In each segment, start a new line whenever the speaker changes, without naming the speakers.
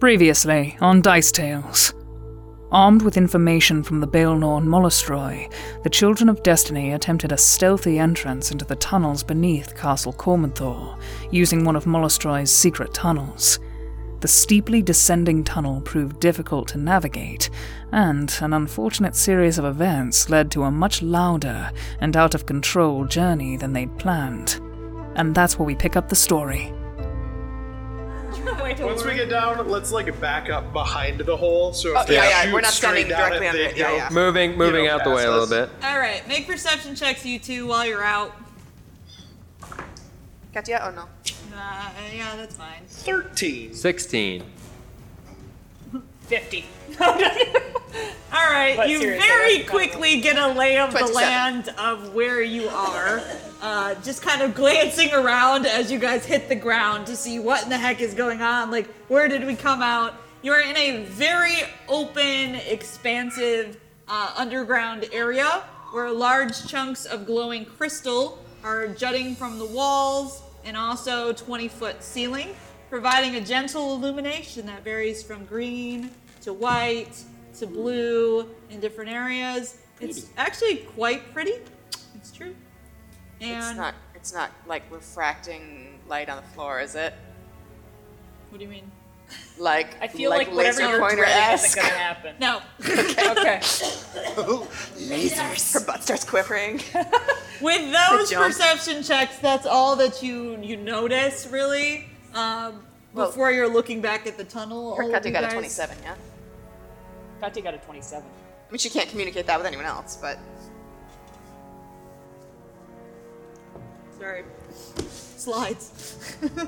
Previously on Dice Tales. Armed with information from the Baelnorn Molestroi, the Children of Destiny attempted a stealthy entrance into the tunnels beneath Castle Cormanthor, using one of Molestroy's secret tunnels. The steeply descending tunnel proved difficult to navigate, and an unfortunate series of events led to a much louder and out of control journey than they'd planned. And that's where we pick up the story.
Once we get down, let's like back up behind the hole. So if
Oh,
they
yeah, yeah,
shoot
we're not
straight
standing
down
directly
at
under
the-
it, yeah,
you know,
yeah.
Moving, moving
know,
out the way a
past
little
us.
bit.
All right, make perception checks, you two, while you're out.
Katya, oh no.
Uh, yeah, that's fine.
Thirteen.
Sixteen.
50.
All right,
But
you
seriously,
very
that's incredible.
quickly get a lay of the
27.
land of where you are. Uh, just kind of glancing around as you guys hit the ground to see what in the heck is going on. Like, where did we come out? You are in a very open, expansive uh, underground area where large chunks of glowing crystal are jutting from the walls and also 20 foot ceiling, providing a gentle illumination that varies from green to white to blue in different areas. It's actually quite pretty. It's true. And
It's not. It's not like refracting light on the floor, is it?
what do you mean?
Like
I feel
like,
like, whatever
laser
you're
pointer
dreading isn't
esque.
gonna happen.
No.
Okay.
Lasers. Her butt starts quivering.
With those
jump.
perception checks, that's all that you you notice really. Um,
Well-
before you're looking back at the tunnel.
Her
all of Oh,
Katya
you
got a
guys-
twenty-seven. Yeah.
Katya got a 27.
I mean, she can't communicate that with anyone else, but
Sorry. Slides.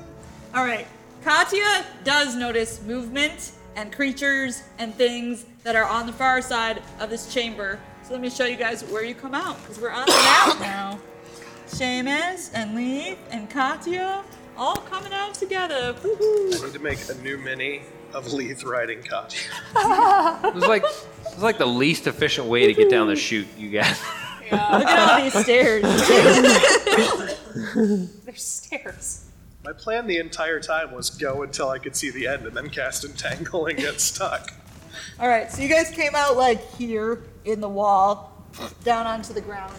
All right. Katya does notice movement and creatures and things that are on the far side of this chamber. So let me show you guys where you come out, because we're on the map now. Seamus and Leaf and Katya all coming out together. Woohoo!
I need to make a new mini of Leith riding Katya.
It was like it was like the least efficient way to get down the chute, you guys.
Look at all these stairs.
There's stairs.
My plan the entire time was go until I could see the end and then cast Entangle and get stuck.
All right, so you guys came out like here in the wall, down onto the ground,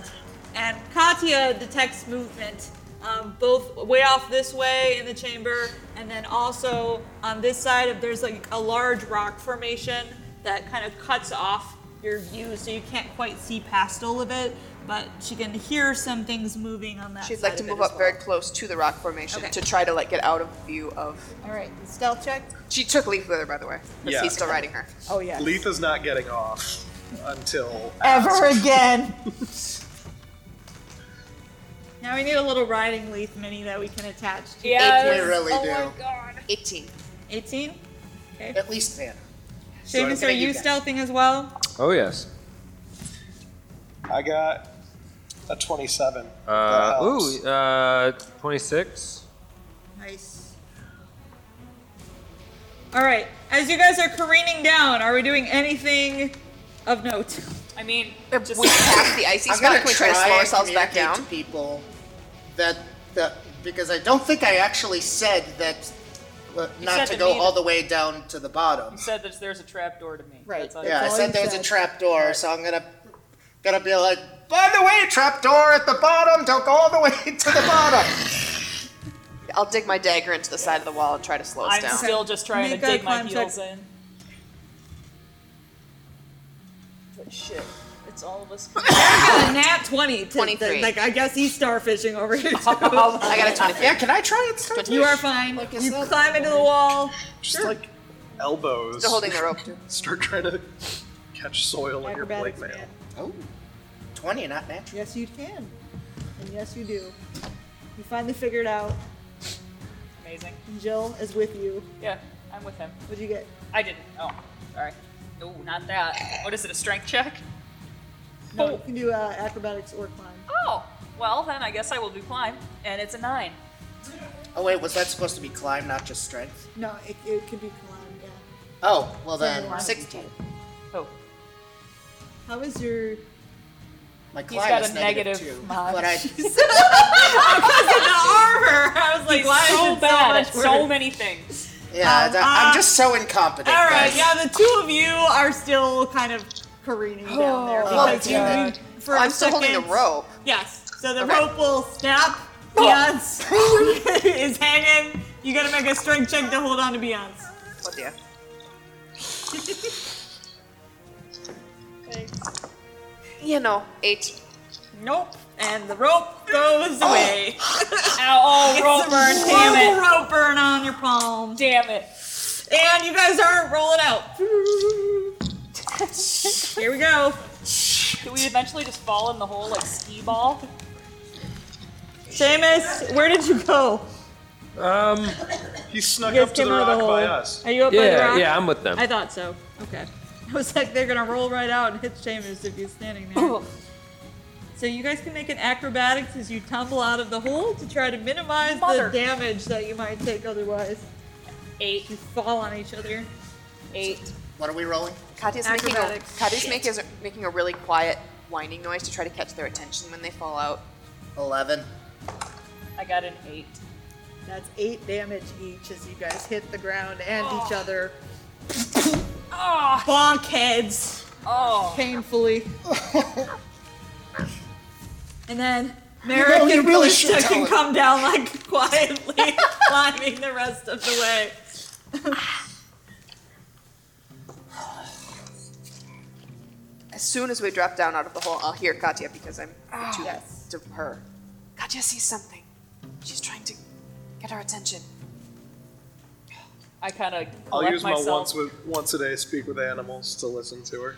and Katya detects movement, um, both way off this way in the chamber, and then also on this side. Of, there's like a large rock formation that kind of cuts off your view, so you can't quite see past all of it, but she can hear some things moving on that.
she'd
side
like to
of it
move
as
up very
well.
close to the rock formation
Okay.
to try to like get out of view of.
All right, stealth check.
She took Leaf with her, by the way, because
Yeah.
he's still riding her.
Oh yeah.
Leith is not getting off until
ever again. now we need a little riding leaf mini that we can attach to.
Yes.
We really
oh
do.
my god.
Eighteen.
18?
At least ten.
Seamus, are you stealthing as well?
Oh yes.
I got a twenty-seven.
Uh,
That helps.
ooh, uh, twenty-six.
Nice. All right. As you guys are careening down, are we doing anything of note?
I mean,
we passed the icy
I'm
spot.
gonna
Can we try to slow
and
ourselves back
communicate
down?
to people that that because I don't think I actually said that uh,
said
not to
to
go
me
all
that-
the way down to the bottom.
you said that there's a trap door to me.
Right.
That's all
Yeah, I
all you
said there was a
said.
trap door, so I'm gonna gonna be like, by the way, trap door at the bottom. Don't go all the way to the bottom.
I'll dig my dagger into the side of the wall and try to slow us
I'm
down.
still just trying
Make
to
a
dig my
climb
heels
check.
in. But shit, it's all of us.
A nat 20. to-
23.
Like, I guess he's starfishing over here. too.
I got a twenty-three.
Yeah, can I try it? Start
you are fine. you climb into the wall.
just like elbows.
Still holding the rope too.
Start trying to catch soil in your plate
Acrobatics,
mail.
man.
Oh, 20, not natural.
Yes, you can. And yes, you do. You finally figured out.
Amazing.
Jill is with you.
Yeah, I'm with him.
What'd you get?
I didn't. Oh, sorry. No, not that. What is it? A strength check?
No, you
Oh.
can do uh, acrobatics or climb.
Oh, well then I guess I will do climb, and it's a nine.
Oh, wait, was that supposed to be climb, not just strength?
No, it, it could be climb. Yeah.
Oh, well then,
Sixteen.
Oh,
How is your?
my
he's
climb
got
is
a negative
two.
mod.
But I,
Armor. I was like,
so bad at so many things.
Yeah,
Um,
that- I'm
uh,
just so incompetent.
All right,
guys.
yeah, the two of you are still kind of careening
Oh.
down there because you,
God.
you for
I'm
a
still holding the
second-
rope.
Yes, so the
Okay.
rope will snap.
Oh.
Beyonce is hanging. You gotta make a strength check to hold on to Beyonce.
Oh dear. You know, eight.
Nope. And the rope goes away.
Ow, oh, roll
It's
burn,
a
damn
horrible
it.
Oh, rope burn on your palm.
Damn it.
And you guys aren't rolling out. Here we go.
Do we eventually just fall in the hole like skee ball?
Seamus, where did you go?
Um,
He snuck
You guys
up to
came
the
out of
rock
the hole.
by us.
Are you up by the
yeah,
rock?
yeah, I'm with them.
I thought so. Okay. I was like, they're gonna roll right out and hit Seamus if he's standing there.
Oh.
so you guys can make an acrobatics as you tumble out of the hole to try to minimize
Mother.
the damage that you might take otherwise.
Eight.
You fall on each other.
Eight.
What are we rolling?
Katya's making a,
Acrobatics.
Katya's make is, making a really quiet whining noise to try to catch their attention when they fall out.
Eleven.
I got an eight.
That's eight damage each as you guys hit the ground and each other.
Oh,
Bonk heads
oh.
painfully. and then Merrick
really- you
and
really
really
should tell
can
it.
come down like quietly, climbing the rest of the way.
As soon as we drop down out of the hole, I'll hear Katya because I'm
Ah.
too
Yes.
to her. Katya sees something. She's trying to get our attention.
I kind of
I'll
collect
use my
myself.
once with once a day speak with animals to listen to her.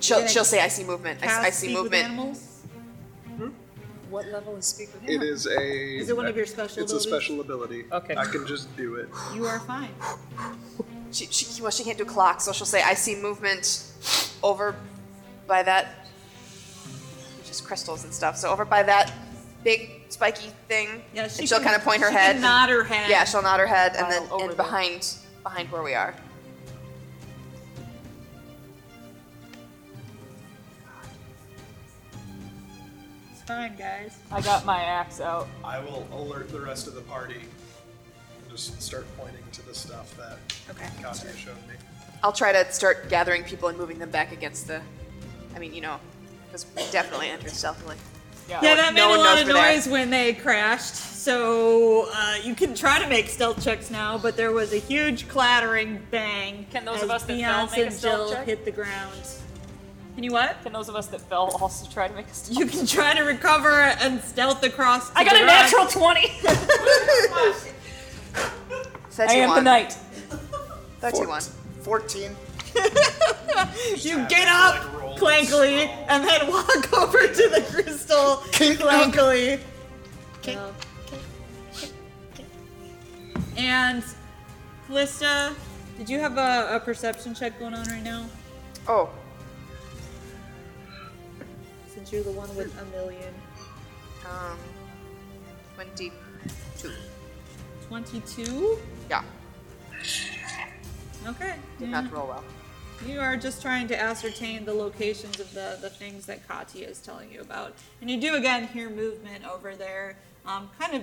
She'll,
Did I
she'll say, I see movement. I, s- I
Cast
see
speak with
movement.
animals?
What level is speak with
It is a.
Is it one of your special
It's a
abilities?
special ability.
Okay.
I can just do it.
You are fine.
She, she, well, she can't do clock, so she'll say, I see movement over by that, which is crystals and stuff. So over by that big spiky thing.
Yeah, she
and she'll
can-
kind of point her
she
head.
Can nod her head.
Yeah, she'll nod her head and then
Wow, over
and
there.
behind behind where we are.
It's fine, guys.
I got my axe out.
I will alert the rest of the party and just start pointing to the stuff that
Okay.
Katya showed me.
I'll try to start gathering people and moving them back against the. I mean, you know, because we definitely entered stealthily.
Yeah, that made
No
a
one
lot
knows
of
we're there.
noise when they crashed. So uh, you can try to make stealth checks now, but there was a huge clattering bang.
Can those
as
of us that fell
Beyonce
make a
and
stealth
Jill
check?
hit the ground. Can you what?
Can those of us that fell also try to make a stealth?
You can try to recover and stealth across. to
I got
the
a
ground.
natural 20! I
31.
am the knight.
31.
Fourteen.
You get up
Like, roll
clankily
and roll.
and then walk over to the crystal clankily. So- And Calista, did you have a, a perception check going on right now?
Oh,
Since you're the one with a million.
um, 22.
22?
Yeah,
Okay. Mm.
did
yeah.
not roll well.
You are just trying to ascertain the locations of the, the things that Katya is telling you about. And you do again hear movement over there, um, kind of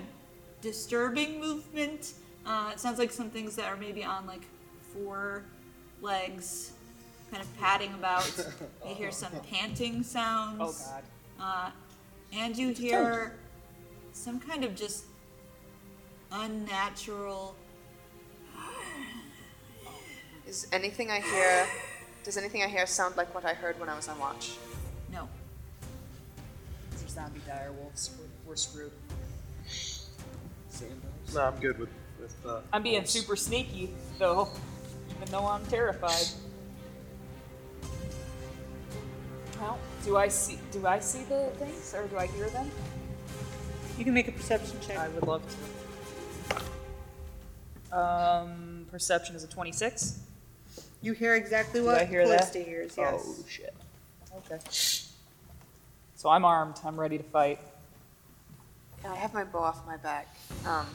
disturbing movement. Uh, it sounds like some things that are maybe on like four legs, kind of padding about. You hear some panting sounds.
Oh god.
Uh, and you hear some kind of just unnatural.
Is anything I hear, does anything I hear sound like what I heard when I was on watch?
No.
These are zombie dire wolves. We're, we're screwed.
No, I'm good with with. Uh,
I'm being
wolves.
super sneaky, though, even though I'm terrified. Well, do I see do I see the things or do I hear them?
You can make a perception check.
I would love to. Um, perception is a 26.
You hear exactly
Did
what
I hear
Calista
that?
hears, yes.
Oh shit. Okay. So I'm armed. I'm ready to fight.
Yeah, I have my bow off my back. Um,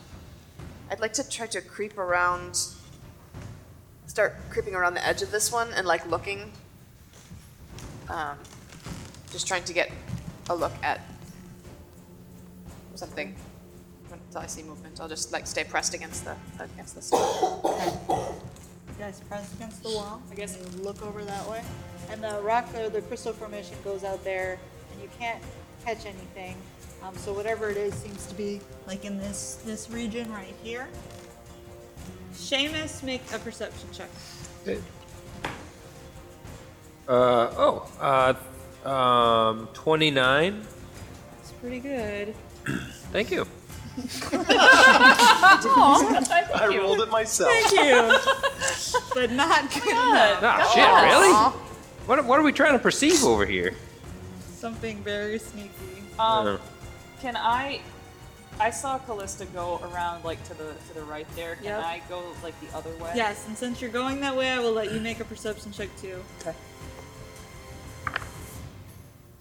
I'd like to try to creep around, start creeping around the edge of this one and like looking. Um, just trying to get a look at something. movement until I see movement. I'll just like stay pressed against the against the stone.
You guys press against the wall. I guess you look over that way. And the rock or the crystal formation goes out there, and you can't catch anything. Um, so whatever it is seems to be like in this this region right here. Seamus, make a perception check.
It- Uh, oh, uh, um, 29.
It's pretty good.
Thank you.
I rolled it myself.
Thank you. but not good enough.
Ah, shit, really? What, what are we trying to perceive over here?
Something very sneaky.
Um,
Uh,
can I? I saw Callista go around like to the to the right there. Can
Yep.
I go like the other way?
Yes, and since you're going that way, I will let you make a perception check too.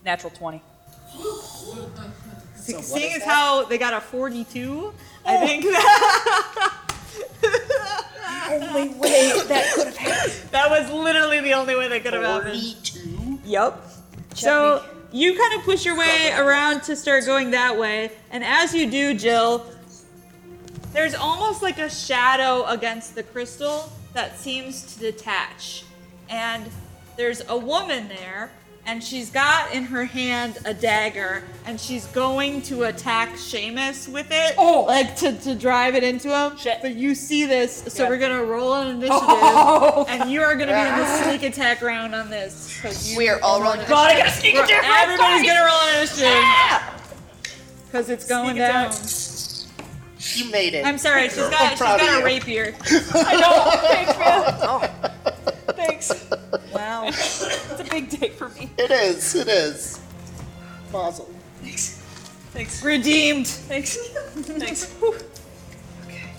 Natural twenty.
Seeing as how they got a 42, I
Oh.
think that.
Only way that could have happened.
That was literally the only way that could have happened. Yep. So you kind of push your way around to start going that way, and as you do, Jill, there's almost like a shadow against the crystal that seems to detach. And there's a woman there, and she's got in her hand a dagger, and she's going to attack Seamus with it. Oh! Like to, to drive it into him.
Shit.
But you see this, so we're gonna roll an initiative, and you are gonna be in the sneak attack round on this. 'cause you-
We are all rolling.
God, I gotta sneak a different.
Everybody's gonna roll an initiative. Because it's going
Sneak
down.
attack.
You made it.
I'm sorry, she's got, she's
proud of
got a
you.
rapier.
I know. Thanks, man. Thanks.
Wow.
It's a big day for me.
It is. It is. Mazel.
Thanks.
Redeemed.
Thanks. Thanks. Whew. Okay.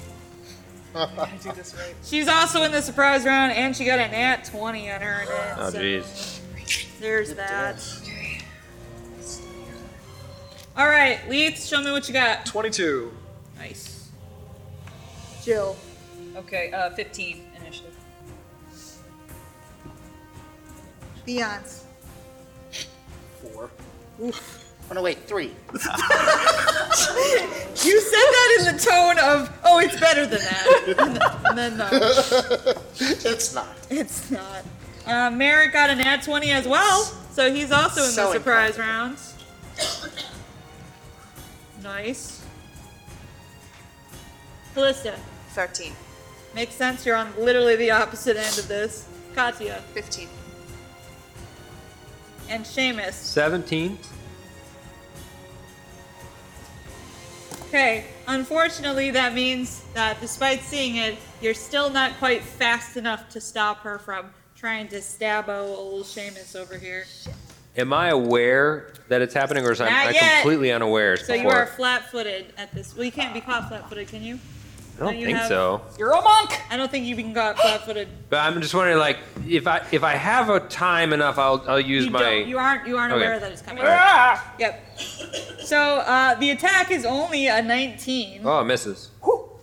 I do this right.
She's also in the surprise round, and she got an at 20 on her. net,
Oh,
so
jeez.
There's that. All right, Leith, show me what you got.
22.
Nice.
Jill.
Okay, uh, 15 initiative.
Beyonce.
Four. Oh no, wait. Three.
You said that in the tone of, oh, it's better than that. and then, no,
It's not.
it's not. Uh, Merrick got an at 20 as well, so he's also in
So
the surprise rounds. Nice. Callista,
Thirteen.
makes sense. You're on literally the opposite end of this. Katya
Fifteen.
and Seamus.
17.
Okay, unfortunately, that means that despite seeing it, you're still not quite fast enough to stop her from trying to stabbo old Seamus over here.
Am I aware that it's happening, or is I,
Not
I
yet.
completely unaware?
So you are flat footed at this. Well, you can't be caught flat footed, can you?
I don't
no, you
think
have-
so.
You're a monk!
I don't think you can caught flat footed.
But I'm just wondering, like, if I if I have a time enough, I'll I'll use
You,
my. Ah!
don't- you aren't, you aren't
Okay.
aware that it's coming.
All right.
Ah,
Yep. So uh, the attack is only a 19.
Oh, it misses.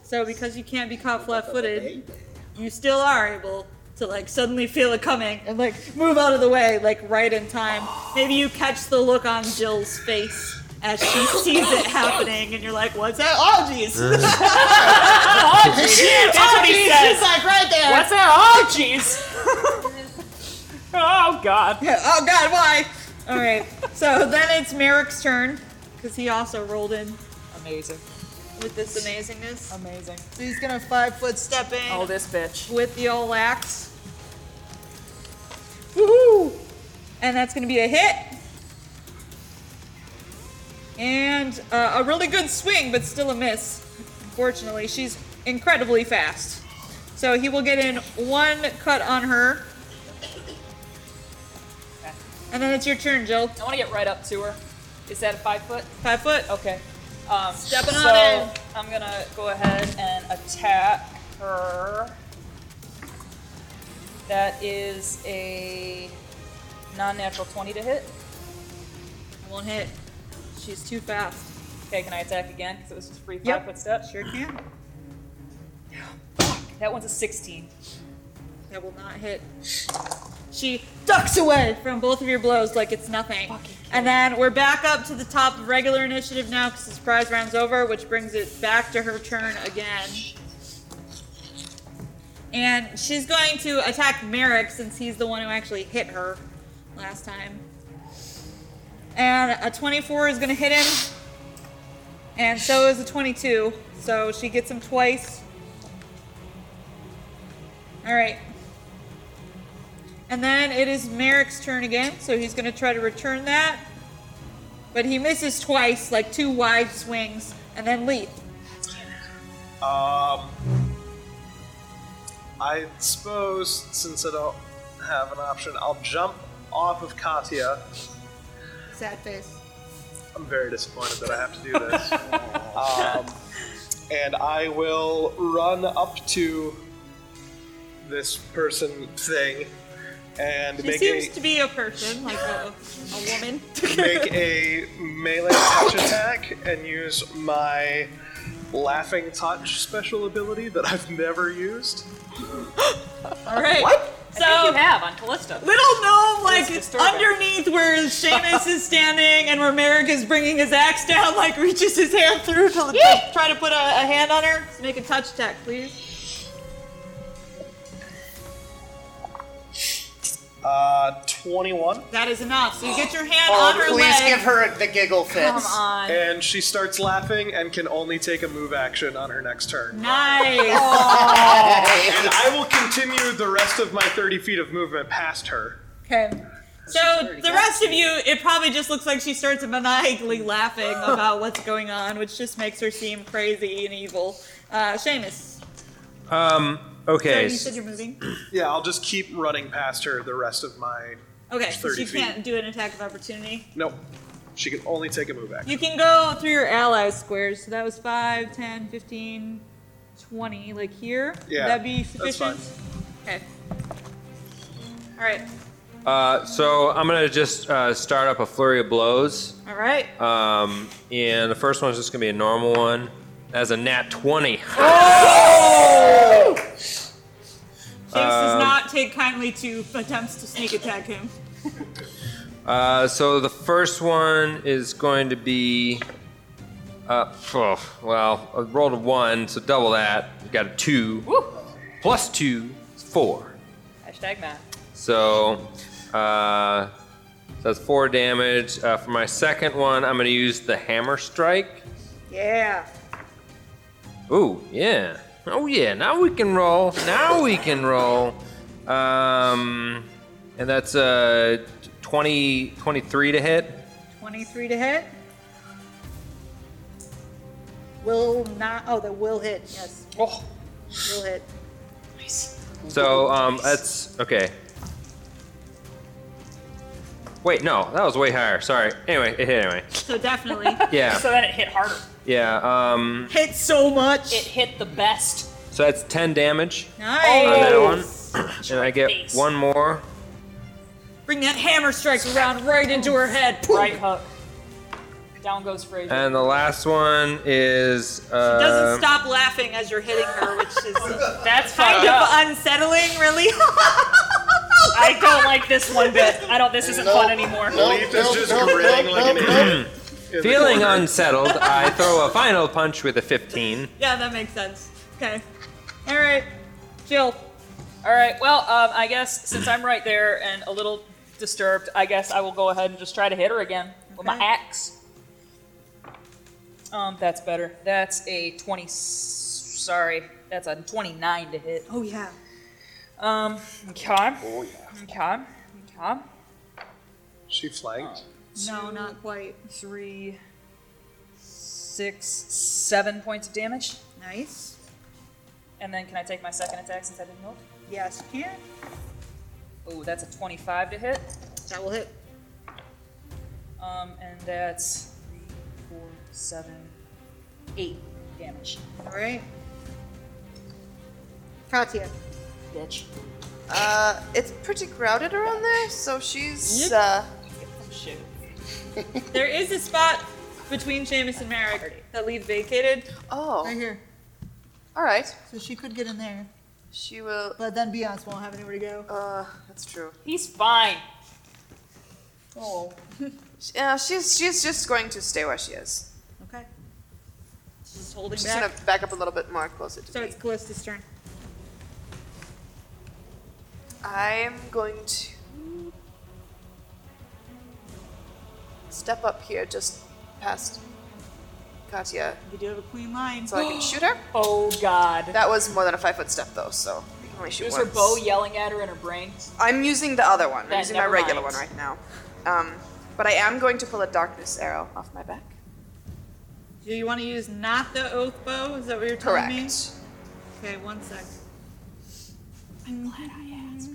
So because you can't be caught flat-footed, you still are able to like suddenly feel it coming and like move out of the way like right in time. Maybe you catch the look on Jill's face as she sees it happening, and you're like, "What's that? Oh, jeez!" That's
That's what he says.
She's like right there.
What's that? Oh, jeez! oh, God.
Oh God, why? All right. So then it's Merrick's turn because he also rolled in
Amazing.
with this amazingness. um,
Amazing.
So he's gonna five-foot step in.
Oh, this bitch.
with the old axe. Woohoo! And that's going to be a hit. And uh, a really good swing, but still a miss. Unfortunately, she's incredibly fast. So he will get in one cut on her. And then it's your turn, Jill.
I want to get right up to her. Is that a five foot?
Five foot.
Okay. Um,
Stepping
so
on in.
I'm gonna go ahead and attack her. That is a non-natural 20 to hit.
Won't hit. She's too fast.
Okay, can I attack again? Because it was just free five
Yep.
foot step.
Sure can.
That one's a 16.
That will not hit. She ducks away from both of your blows like it's nothing. And then we're back up to the top of regular initiative now because the surprise round's over, which brings it back to her turn again. And she's going to attack Merrick since he's the one who actually hit her last time. And a 24 is going to hit him. And so is a 22. So she gets him twice. All right. And then it is Merrick's turn again. So he's going to try to return that. But he misses twice, like two wide swings. And then Leith.
Um, I suppose since I don't have an option, I'll jump off of Katya.
Sad face.
I'm very disappointed that I have to do this. um, and I will run up to this person thing and
She
make
seems
a
to be a person, like a, a woman.
make a melee touch attack and use my laughing touch special ability that I've never used.
All right. What? So
I think you have on Callisto.
Little gnome, like
It's disturbing.
underneath where Seamus is standing and where Merrick is bringing his axe down, like reaches his hand through to to try to put a, a hand on her. Make a touch attack, please.
Uh, 21.
That is enough. So you get your hand
Oh,
on her
please
leg.
give her the giggle
Come
fits.
on.
And she starts laughing and can only take a move action on her next turn.
Nice.
And I will continue the rest of my 30 feet of movement past her.
okay. So the rest of you, it probably just looks like she starts maniacally laughing about what's going on, which just makes her seem crazy and evil. Uh, Seamus,
Um.
sorry,
Okay.
you said you're moving.
Yeah, I'll just keep running past her the rest of my.
Okay, so
30
she can't do an attack of opportunity.
Nope. She can only take a move action.
You can go through your allies squares. So that was 5, 10, 15, 20, like here.
Yeah,
Would that be
that's
sufficient? Okay. All right.
Uh, so I'm gonna just uh, start up a flurry of blows.
All right.
Um, and the first one's just gonna be a normal one. That's a nat 20.
Jinx
Um,
does not take kindly to attempts to sneak attack him.
Uh, so the first one is going to be, uh, oh, well, I rolled a one, so double that. Got a two, plus two, is four.
Hashtag math.
So, uh, so that's four damage. Uh, for my second one, I'm going to use the hammer strike.
Yeah.
Ooh, yeah. Oh, yeah. Now we can roll. Now we can roll. Um, and that's uh, 20, 23 to hit.
23 to hit. Will not. Oh, that will hit. Yes.
Oh.
Will hit.
So um, that's okay. Wait, no, that was way higher. Sorry. Anyway, it hit anyway.
So definitely.
Oh,
So
Yeah,
then it hit harder.
yeah. Um,
hit so much.
It hit the best.
so that's ten damage
nice.
on that one, and I get
Face.
one more.
Bring that hammer strike around right into her head.
Right hook. Down goes Frazier.
And the last one is uh,
doesn't stop laughing as you're hitting her, which is
That's
kind
fucked
of
up.
unsettling, really.
I don't like this one bit. I don't. This isn't
No.
fun anymore.
No,
Leaf
no,
is just
no,
grinning
no,
like an
no,
idiot. in the
Feeling
corner.
unsettled, I throw a final punch with a 15.
yeah, that makes sense. Okay. All right, Jill.
All right. Well, um, I guess since I'm right there and a little disturbed, I guess I will go ahead and just try to hit her again with my
Okay.
axe. Um, that's better. That's a twenty. Sorry, that's a twenty-nine to hit.
Oh yeah.
Um, okay. Oh yeah. Okay. Okay.
She flanked.
No, not quite.
Three, six, seven points of damage,
Nice.
and then can I take my second attack since I didn't move?
Yes, you can.
Oh, that's a twenty-five to hit.
That will hit.
Um, and that's three, four, seven, eight damage.
All right. Katya.
Bitch.
Uh, it's pretty crowded around there, so she's uh,
Shoot.
There is a spot between Seamus and Merrick that leaves vacated.
oh,
Right here.
all right.
So she could get in there.
She will.
But then Beyonce won't have anywhere to go.
Uh, that's true.
He's fine.
Oh.
Yeah, uh, she's she's just going to stay where she is.
Okay. Just holding
She's
back.
gonna back up a little bit more closer to
So
me.
it's Callista's turn.
I'm going to step up here just past Katya
We do have a queen line.
so I can shoot her.
Oh God.
That was more than a five foot step though, so I can only shoot
There's her
once.
bow yelling at her in her brain.
I'm using the other one. I'm
That-
using my
never
regular
mind.
one right now. Um, but I am going to pull a darkness arrow off my back.
Do you want to use not the oath bow? Is that what you're telling
Correct.
me? Okay, one sec. I'm glad I asked.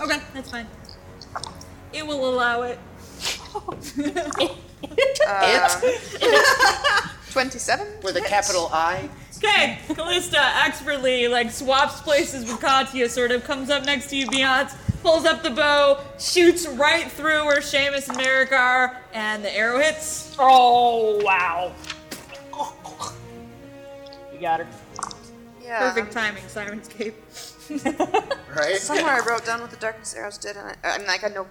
Okay, that's fine. It will allow it.
Uh, 27?
With a capital I.
Okay, Callista expertly like swaps places with Katya, sort of comes up next to you, Beyonce, pulls up the bow, shoots right through where Seamus and Merrick are, and the arrow hits.
Oh wow. You got her.
Yeah.
Perfect
um,
timing, Siren's Cape.
Right?
Somewhere I wrote down what the darkness arrows did, and I, I mean, like, I know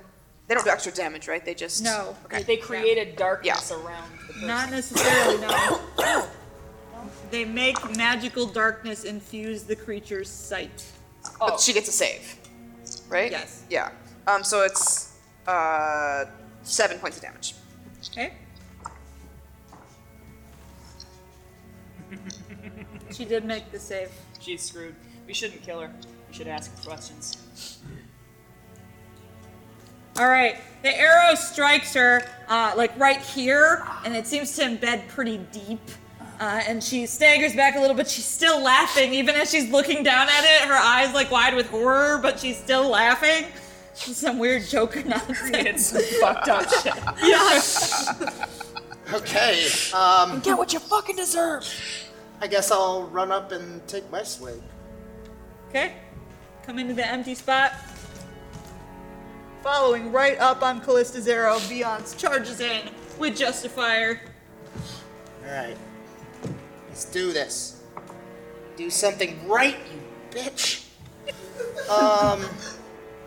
they don't do extra damage, right? They just.
No.
Okay.
They created darkness around the person.
Not necessarily, no. they make magical darkness infuse the creature's sight.
But she gets a save, right?
Yes.
Yeah. Um, so it's uh, seven points of damage.
Okay? she did make the save.
She's screwed. We shouldn't kill her. We should ask her questions.
All right, the arrow strikes her uh, like right here, and it seems to embed pretty deep. Uh, and she staggers back a little, but she's still laughing, even as she's looking down at it. Her eyes like wide with horror, but she's still laughing. Some weird Joker nonsense.
It's fucked up shit.
yeah.
Okay. Um,
Get what you fucking deserve.
I guess I'll run up and take my swig.
Okay. Come into the empty spot. Following right up on Callista's arrow, Beyonce charges in with Justifier.
All right. Let's do this. Do something right, you bitch.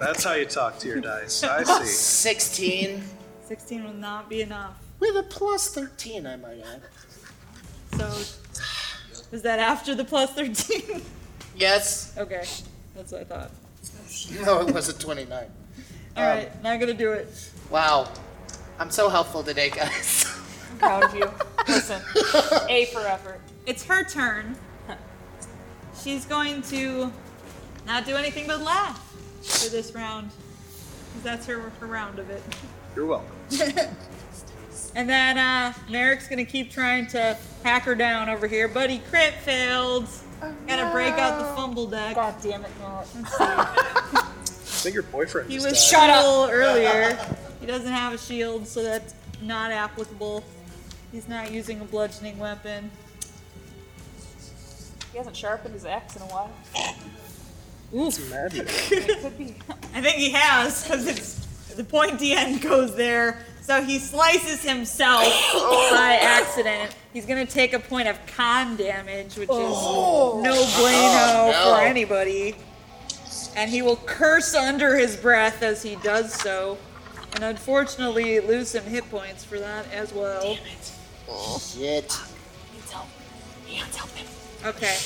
That's how you talk to your dice. I see.
16.
16 will not be enough.
With a plus 13, I might add.
So, was that after the plus 13?
Yes.
okay, that's what I thought.
No, it was a 29.
Alright, not gonna do it.
Wow. I'm so helpful today, guys.
Proud of you. Listen, A for effort.
It's her turn. She's going to not do anything but laugh for this round. 'cause that's her, her round of it.
You're welcome.
And then uh, Merrick's gonna keep trying to hack her down over here. Buddy crit failed. Gotta break out the fumble deck.
Oh, God damn it, Matt.
I think your boyfriend
He
just
was
uh,
shut
died.
up earlier. He doesn't have a shield, so that's not applicable. He's not using a bludgeoning weapon.
He hasn't sharpened his axe in a while.
Magic.
It could be.
I think he has, because it's the pointy end goes there. So he slices himself by accident. He's gonna take a point of con damage, which is no bueno
Oh, no.
for anybody. And he will curse under his breath as he does so, and unfortunately lose some hit points for that as well.
Shit.
Okay,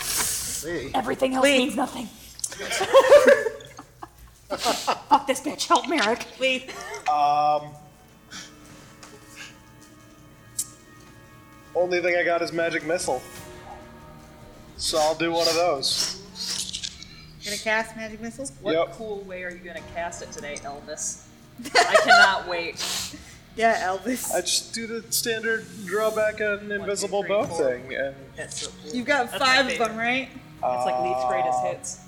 See.
Everything else
Lee.
means nothing. Fuck this bitch. Help Merrick.
Lee.
Only thing I got is magic missile. So I'll do one of those.
Gonna cast magic missiles.
What
Yep.
cool way are you going to cast it today, Elvis? I cannot wait.
Yeah, Elvis.
I just do the standard drawback and invisible
three,
bow
four.
thing, and
That's so cool.
You've got
my
five of them,
favorite.
right?
It's like Leith's greatest hits.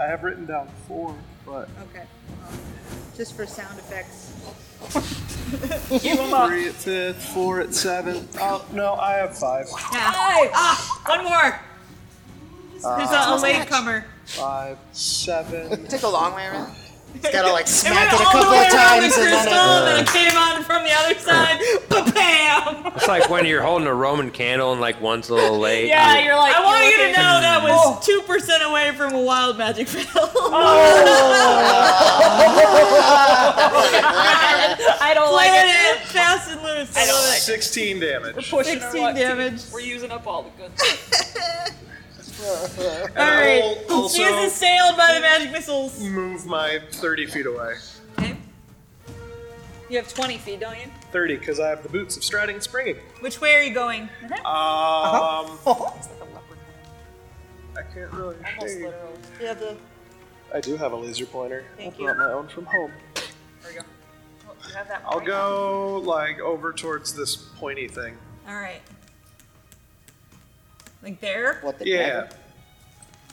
I have written down four, but
Okay. Um, Just for sound effects.
three at fifth, four at seventh. Oh no, I have five.
Yeah. Ah, one more. There's a, a latecomer.
Five, seven,
Take a long way around.
He's gotta like
It
smack
went all
it a
the
couple
way
of
around the
times
crystal,
and
and
then
then it came on from the other side. Bam!
It's like when you're holding a Roman candle and like one's a little late.
Yeah,
You-
you're like.
I want you to know that
Oh.
was two percent away from a wild magic fail.
I don't like
Playing
it.
it fast and loose. I love it.
16 damage.
Pushing our
16
luck, dude.
damage.
We're using up all the good. stuff.
And
All right.
I will
she is
also
assailed by the magic missiles.
move my 30 feet away.
Okay. You have 20 feet, don't you?
30, because I have the boots of striding and springing.
Which way are you going?
Um, I can't really. see.
You have the
I do have a laser pointer.
Thank
I
you.
brought my own from home. I'll go like over towards this pointy thing.
All right. Like there.
what the
Yeah.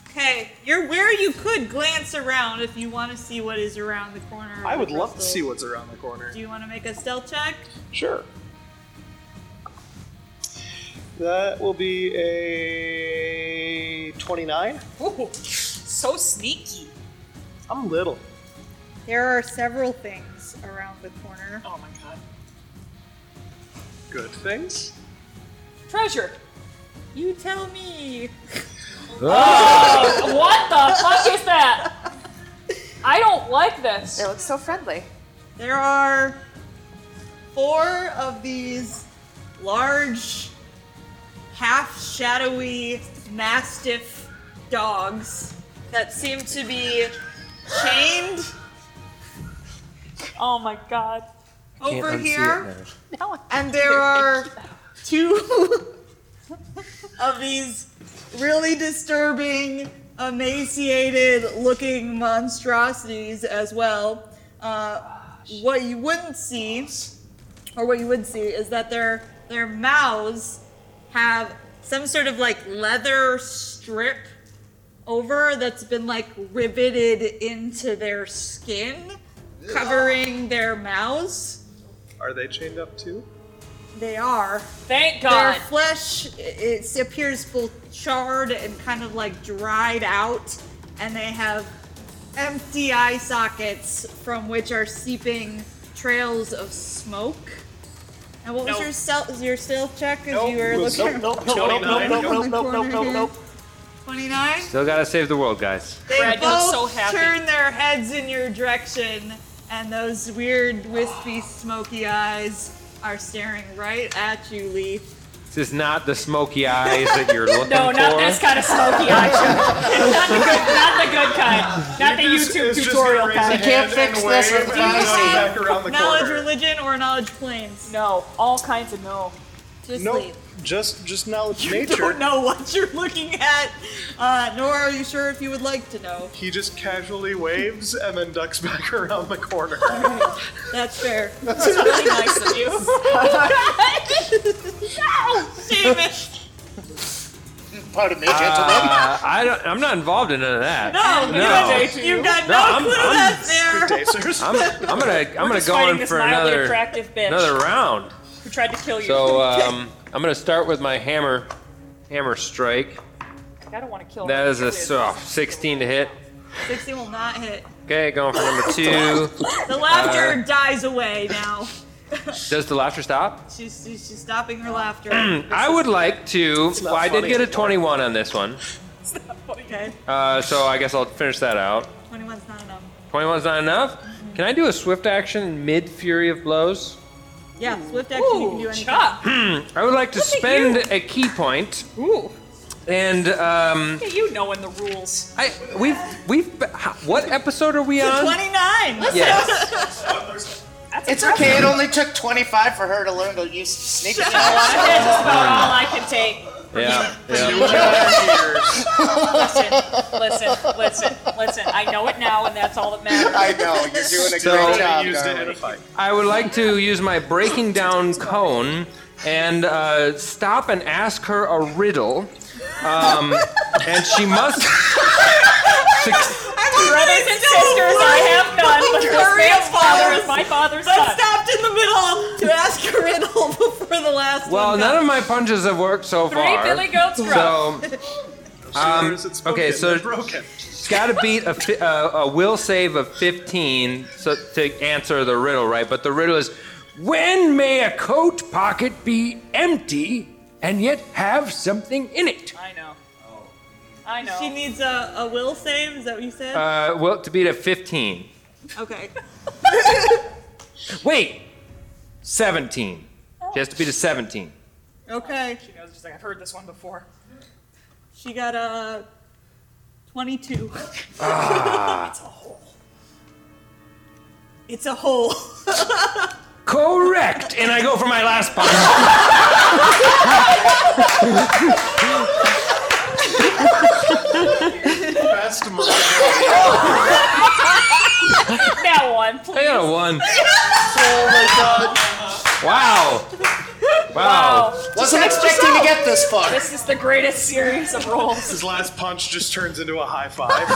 Okay, you're where you could glance around if you want to see what is around the corner. of
I
the
would love to
crystal.
see what's around the corner.
Do you want to make a stealth check?
Sure. That will be a 29.
Ooh, so sneaky.
I'm little.
There are several things around the corner.
Oh my god.
Good things.
Treasure.
You tell me.
Oh, what the fuck is that? I don't like this.
It looks so friendly.
There are four of these large, half shadowy mastiff dogs that seem to be chained
Oh my god.
Can't
over
unsee
here.
it now.
And there are two of these really disturbing, emaciated looking monstrosities as well. Uh, what you wouldn't see, or what you would see, is that their their mouths have some sort of like leather strip over that's been like riveted into their skin, covering their mouths.
Are they chained up too?
They are.
Thank
Their
god.
flesh i- it appears both charred and kind of like dried out, and they have empty eye sockets from which are seeping trails of smoke. And what was
Nope.
your stealth, your stealth check as you were
Nope, was-
looking?
Nope, nope, nope, nope, nope, nope, nope, nope, nope, nope.
29?
Still gotta save the world, guys.
They
Brad, you look
both
so happy.
turn their heads in your direction, and those weird, wispy, smoky eyes are staring right at you, Leaf.
This is not the smoky eyes that you're looking
No,
for.
not this kind of smoky eye. not, the good, not the good kind. Not the
It's-
YouTube
it's just
tutorial
gonna raise
kind.
a
You can't
hand and
fix this
wave
with
and
fantasy.
go back around the
knowledge
corner.
religion or knowledge planes.
No, all kinds of no.
Just
Nope.
leave.
Just just knowledge
You
nature.
don't know what you're looking at, uh, nor are you sure if you would like to know.
He just casually waves and then ducks back around the corner.
That's fair.
It's really nice of you.
Oh, Seamus!
Pardon me, gentlemen.
Uh, I don't, I'm not involved in none of that.
No, Oh, you got- you've got no,
No, I'm-
clue
I'm-
that's there.
Dacers.
I'm, I'm gonna I'm gonna
Just
go
fighting
in
this
for
mildly
another
attractive bitch
another round.
who tried to kill you.
So um, I'm gonna start with my hammer hammer strike.
I don't want to kill
That
her.
is a oh, 16 to hit.
60 will not hit.
Okay, going for number two.
The laughter dies away now.
Does the laughter stop?
She's, she's, she's stopping her laughter.
I would like to.
not
Well, I did
funny
get a
anymore.
21 on this one,
Okay,
uh, so I guess I'll finish that out.
21's not enough.
21's not enough. Can I do a swift action mid fury of blows?
Yeah, swift action, you can do
Ooh,
anything.
chop.
I would like to spend a key point
Ooh.
and um,
Look at you knowing the rules.
I we've we've how- what episode are we on?
29!
Yes.
It's okay, it only took 25 for her to learn to use sneaking.
That's just about all I can take.
Yeah. yeah.
Listen, listen, listen, listen. I know it now, and that's all that matters.
I know, you're doing a
So-
great job,
used it in a
darling.
fight.
I would like to use my breaking down cone and uh, stop and ask her a riddle. Um, and she must. suc-
Brothers and sisters, I have none, but this
Glory
man's
of
father
fathers.
is my father's
But
son.
stopped in the middle to ask a riddle before the last
well,
one.
none of my punches have worked so
Three
far.
Billy Goats grow.
so
Um,
okay, so-
broken.
got to beat a, fi- a, a will save of 15 so, to answer the riddle, right? But the riddle is when may a coat pocket be empty and yet have something in it?
I know. I know.
She needs a, a will save. Is that what you said?
Uh, well, to beat a 15.
okay.
Wait, 17. She has to beat a 17.
Okay.
She knows. She's like, I've heard this one before.
She got a 22. it's a hole. It's a hole.
Correct. And I go for my last punch.
Best murder.
That one,
I
please.
got a one.
Oh my god.
Wow. Wow.
Wow.
Wasn't expecting to get this far.
This is the greatest series of rolls.
His last punch just turns into a high five.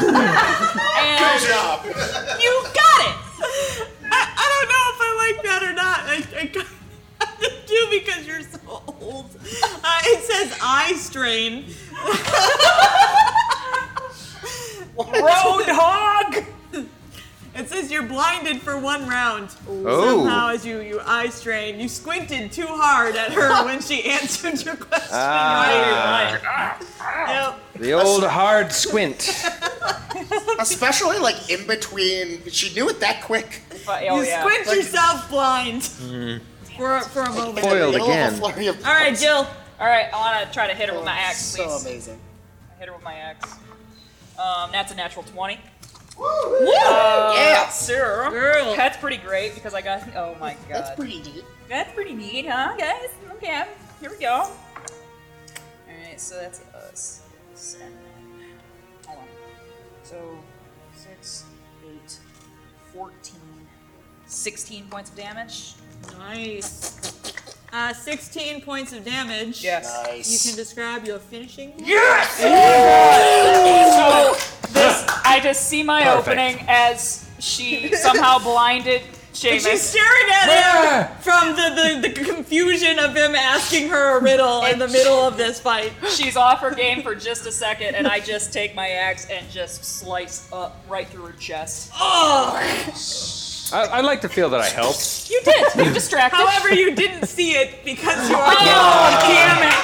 And
Job.
you got it.
I, I don't know if I like that or not. I, I kind of do because you're so old. Uh, it says eye strain.
Roadhog.
It says you're blinded for one round.
Oh.
Somehow, as you, you eye strain, you squinted too hard at her when she answered your question.
Ah.
Yep.
The old hard squint.
Especially like in between. She knew it that quick.
But, oh,
you
yeah.
squint yourself blind for, for a moment.
In the
Foiled
middle Of
again.
a flurry of
All right, Jill.
All right, I want to try to hit her with
Oh,
my axe,
so
please.
amazing.
Hit her with my axe. Um, that's a natural 20.
yeah.
Sir.
Girl.
That's pretty great because I got. Oh my god.
That's pretty neat.
That's pretty neat, huh, guys? Okay, here we go. Alright, so that's us. Seven. Hold on. So, six, eight, 14, 16 points of damage.
Nice. Uh, 16 points of damage.
Yes.
You
Nice.
can describe your finishing.
So, this, I just see my
Perfect.
opening as she somehow blinded
She's
Seamus.
staring at
Yeah.
him from the, the, the confusion of him asking her a riddle in the middle of this fight.
She's off her game for just a second, and I just take my axe and just slice up right through her chest.
Oh!
I, I like to feel that I helped.
You did! You distracted.
However, you didn't see it because you are.
Oh, damn it!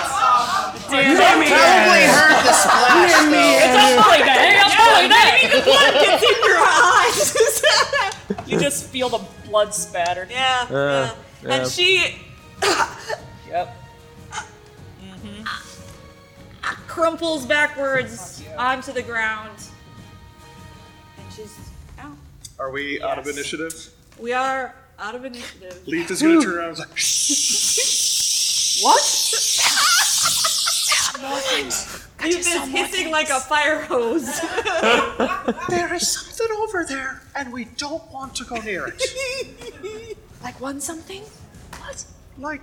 Damn it!
Probably heard the splash though.
Don't believe that. Hey, don't believe that.
Blood gets in your eyes.
You just feel the blood spatter.
yeah, yeah.
yeah.
And she
Yep.
crumples backwards onto the ground. And she's out.
Are we out of initiative?
We are out of initiative.
Leith is gonna turn around and is like,
Leaf is hissing like a fire hose.
There is something over there, and we don't want to go near it.
Like one something? What?
Like,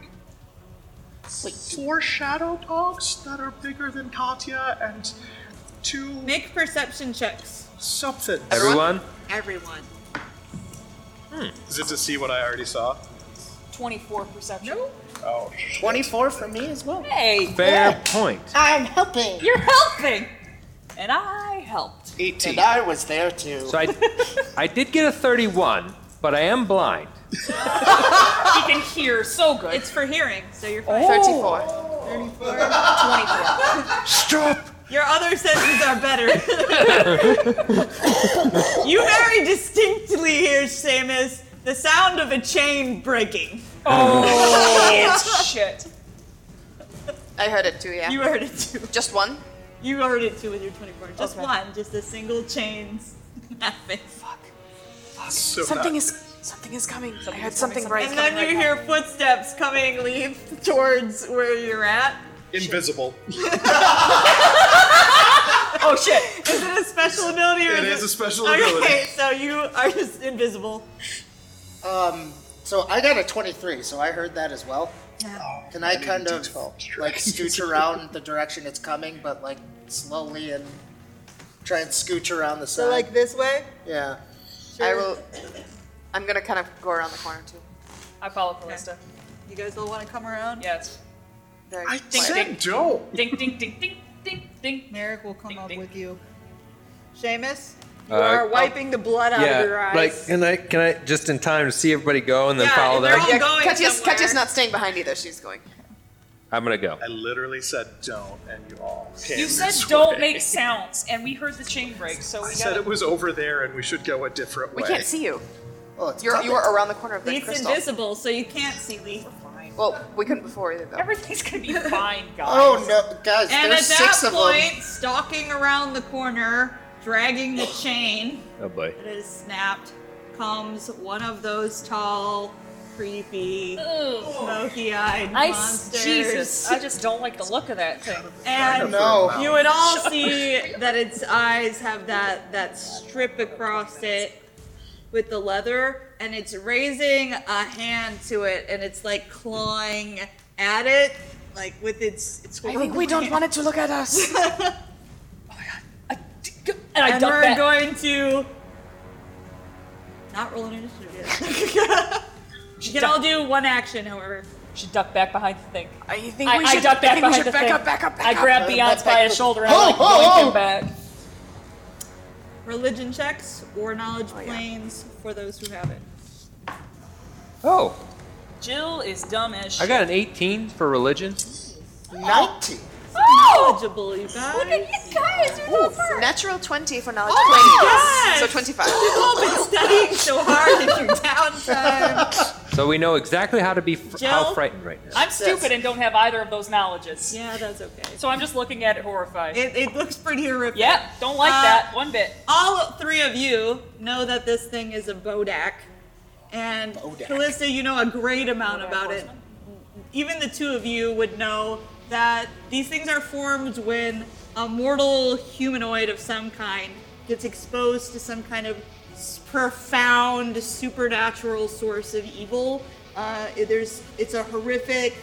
four shadow dogs that are bigger than Katya, and two
Make perception checks.
something.
Everyone?
Everyone.
Is it to see what I already saw?
24 perception.
Oh,
24 for me as well.
Hey,
Fair point.
I'm helping.
you're helping, and I helped.
18.
And I was there too.
So I, I did get a 31, but I am blind.
You can hear so good.
It's for hearing, so you're fine.
34.
Stop!
Your other senses are better. you very distinctly hear, Samus, the sound of a chain breaking.
it's shit.
I heard it too, yeah.
You heard it too.
Just one?
You heard it too with your 24. Just
Okay.
one, just a single chains. Nothing.
So
Something
not-
is something is coming. I heard something bright.
And then you hear footsteps coming, leave towards where you're at.
invisible.
Oh shit.
Is it a special ability or
It
is
is a special
Okay,
ability.
so you are just invisible.
Um, so I got a 23, so I heard that as well. Can I kind of like scooch around the direction it's coming, but like slowly and try and scooch around the side?
this way?
yeah.
I will. I'm gonna kind of go around the corner too.
I follow Callista.
You guys will want to come around?
Yes.
There.
I
Ding,
said
ding.
don't.
Ding ding ding ding ding ding.
Merrick will come
Ding,
up
ding.
with you.
Seamus, you
Uh,
are
oh.
wiping the blood out
yeah,
of your eyes.
like can I can I just in time to see everybody go and then
Yeah,
follow
and they're
them?
all- I'm going
Katya's,
somewhere.
Katya's not staying behind either. She's going.
I'm gonna go.
I literally said don't, and you all came
You said
this
don't
way.
make sounds, and we heard the chain break, so
I
we
said
got
it was over there, and we should go a different
We
way.
can't see you.
Oh, it's
You're
coming.
you are around the corner of the
It's
crystal.
invisible, so you can't see Lee.
Well, we couldn't before either though.
Everything's gonna be fine, guys.
Oh no, guys!
And
there's
at that
six of them.
point, stalking around the corner, dragging the chain
Oh boy.
that is snapped, comes one of those tall, creepy, smoky-eyed
I s-
monsters.
Jesus, I just don't like the look of that thing.
And
No.
you would all see that its eyes have that that strip across it with the leather, and it's raising a hand to it, and it's like clawing at it, like with its its.
I think we don't want it to look at us.
And I
And
duck
we're
back.
going to not roll an initiative yet. you can all do one action, however.
She ducked back behind the thing.
I think
I,
we
I
should,
ducked
I
back
think we
behind
should
the
back
thing.
up, back up, back
I
up.
grabbed Beyonce by his shoulder and I like
Ho, ho,
yanked
ho.
him back.
Religion checks or knowledge
yeah.
planes for those who have it.
Oh,
Jill is dumb as shit.
I got an 18 for religion.
Nineteen.
Knowledgeable, you guys.
Natural twenty for knowledge.
Oh
plane.
my gosh!
So twenty-five.
You've all been studying so hard in your downtime.
So we know exactly how to be fr- how
Jill?
frightened right now.
I'm stupid and don't have either of those knowledges.
Yeah, that's okay.
So I'm just looking at it horrified.
It, it looks pretty horrific.
yep, don't like
Uh,
that one bit.
All three of you know that this thing is a bodak, and Callista, you know a great amount about it. Even the two of you would know that these things are formed when a mortal humanoid of some kind gets exposed to some kind of s- profound supernatural source of evil. Uh, it- there's it's a horrific,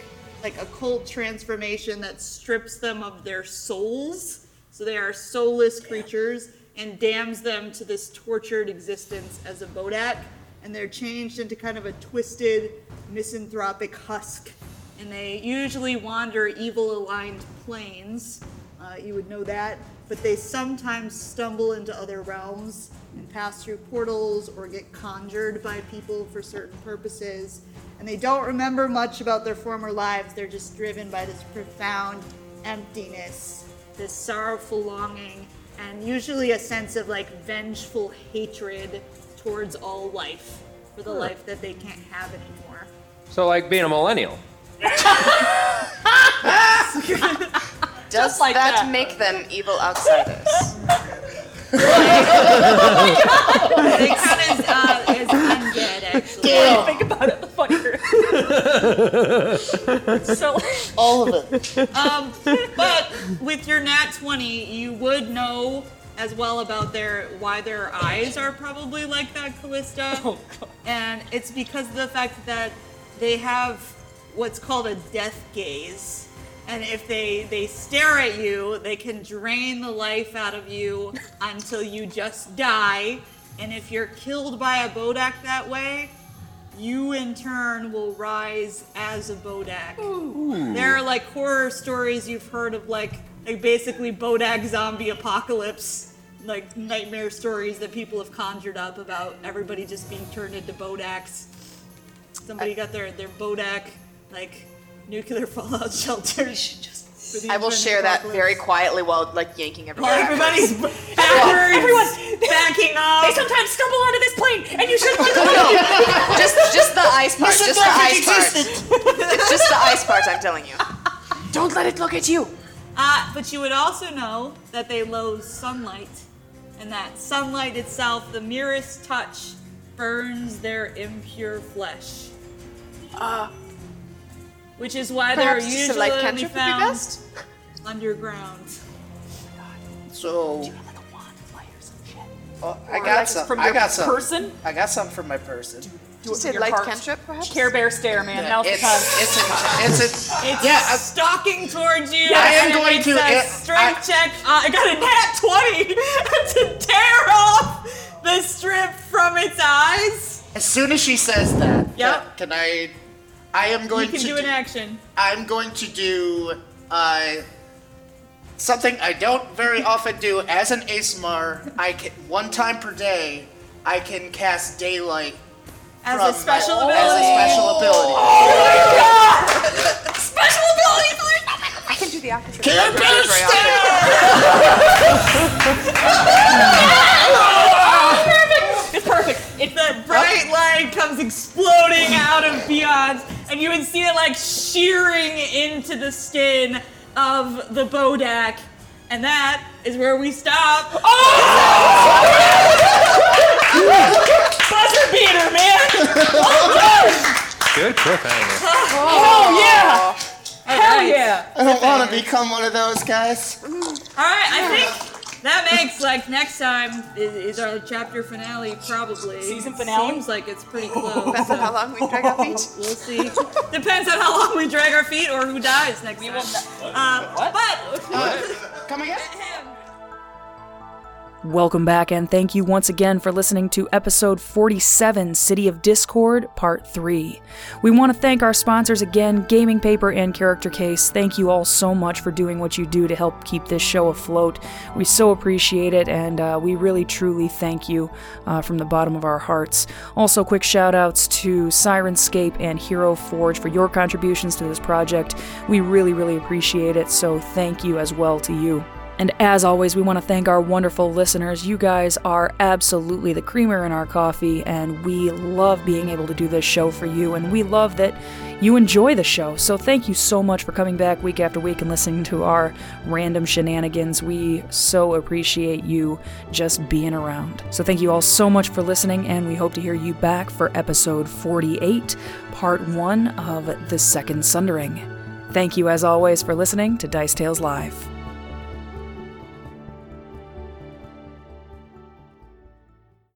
like occult transformation that strips them of their souls. So they are soulless creatures and damns them to this tortured existence as a bodak, and they're changed into kind of a twisted, misanthropic husk. And they usually wander evil aligned planes. Uh, you would know that. But they sometimes stumble into other realms and pass through portals or get conjured by people for certain purposes. And they don't remember much about their former lives. They're just driven by this profound emptiness, this sorrowful longing, and usually a sense of like vengeful hatred towards all life for the life that they can't have anymore.
So like being a millennial.
Does
like
that,
that.
make them evil outsiders?
They count as, uh, as undead, actually.
Think about it, the fucker. so
All of it.
Um, but with your nat 20, you would know as well about their why their eyes are probably like that, Callista. and it's because of the fact that they have what's called a death gaze. And if they, they stare at you, they can drain the life out of you until you just die. And if you're killed by a bodak that way, you in turn will rise as a bodak. There are like horror stories you've heard of like like basically bodak zombie apocalypse like nightmare stories that people have conjured up about everybody just being turned into bodaks. Somebody got their their bodak like nuclear fallout shelter. for the
I will
internet
share that very
apocalypse.
quietly while like yanking everyone.
While everybody's backwards, everyone backing
they
off.
sometimes stumble onto this plane and you should look at
No, just just the ice part. Just the ice part. It's just the ice part. I'm telling you.
Don't let it look at you.
Uh, but you would also know that they loathe sunlight, and that sunlight itself, the merest touch, burns their impure flesh. Uh, Which is why they're
Perhaps just
usually
a light cantrip would be
found
best.
underground.
So
Like a wand, flyers and shit.
uh, I
Or
got
like
some.
from
I
your
got some.
person?
I got some from my person.
Do
Just
it with
a
your
light
heart.
cantrip, perhaps.
Care Bear stare, man. Now's the
It's
time.
it's in, it's in,
It's
yeah. I-
stalking towards you.
I am
and
going
it's
to-
a
it-
strength
I-
check. Uh, I got a nat 20 to tear off the strip from its eyes.
As soon as she says that,
Yep.
can, can I? I am
You
going
can
to.
do an action.
I'm going to do. Uh, something I don't very often do as an ASMR. I can one time per day, I can cast daylight
As
from
a special
my,
ability.
As a special ability.
Special ability for
I can do the opposite.
Can't better
It's perfect. It's that bright light comes exploding out of Beyond's, and you would see it like shearing into the skin of the Bodak. And that is where we stop. Oh! Buzzer beater, man!
Good cliffhanger.
Oh, yeah! Hell yeah!
I don't want to become one of those guys.
Alright, I think that makes like next time is, is our chapter finale, probably.
Season finale?
Seems like it's pretty close.
Depends on how
so-
long we drag our feet.
We'll see. Depends on how long we drag our feet or who dies next time. Uh, But
Come again?
Welcome back, and thank you once again for listening to episode 47 City of Discord, part 3. We want to thank our sponsors again, Gaming Paper and Character Case. Thank you all so much for doing what you do to help keep this show afloat. We so appreciate it, and uh, we really truly thank you uh, from the bottom of our hearts. Also, quick shout outs to Sirenscape and Hero Forge for your contributions to this project. We really, really appreciate it, so thank you as well to you. And as always, we want to thank our wonderful listeners. You guys are absolutely the creamer in our coffee, and we love being able to do this show for you, and we love that you enjoy the show. So thank you so much for coming back week after week and listening to our random shenanigans. We so appreciate you just being around. So thank you all so much for listening, and we hope to hear you back for episode 48, part one of The Second Sundering. Thank you, as always, for listening to Dice Tales Live.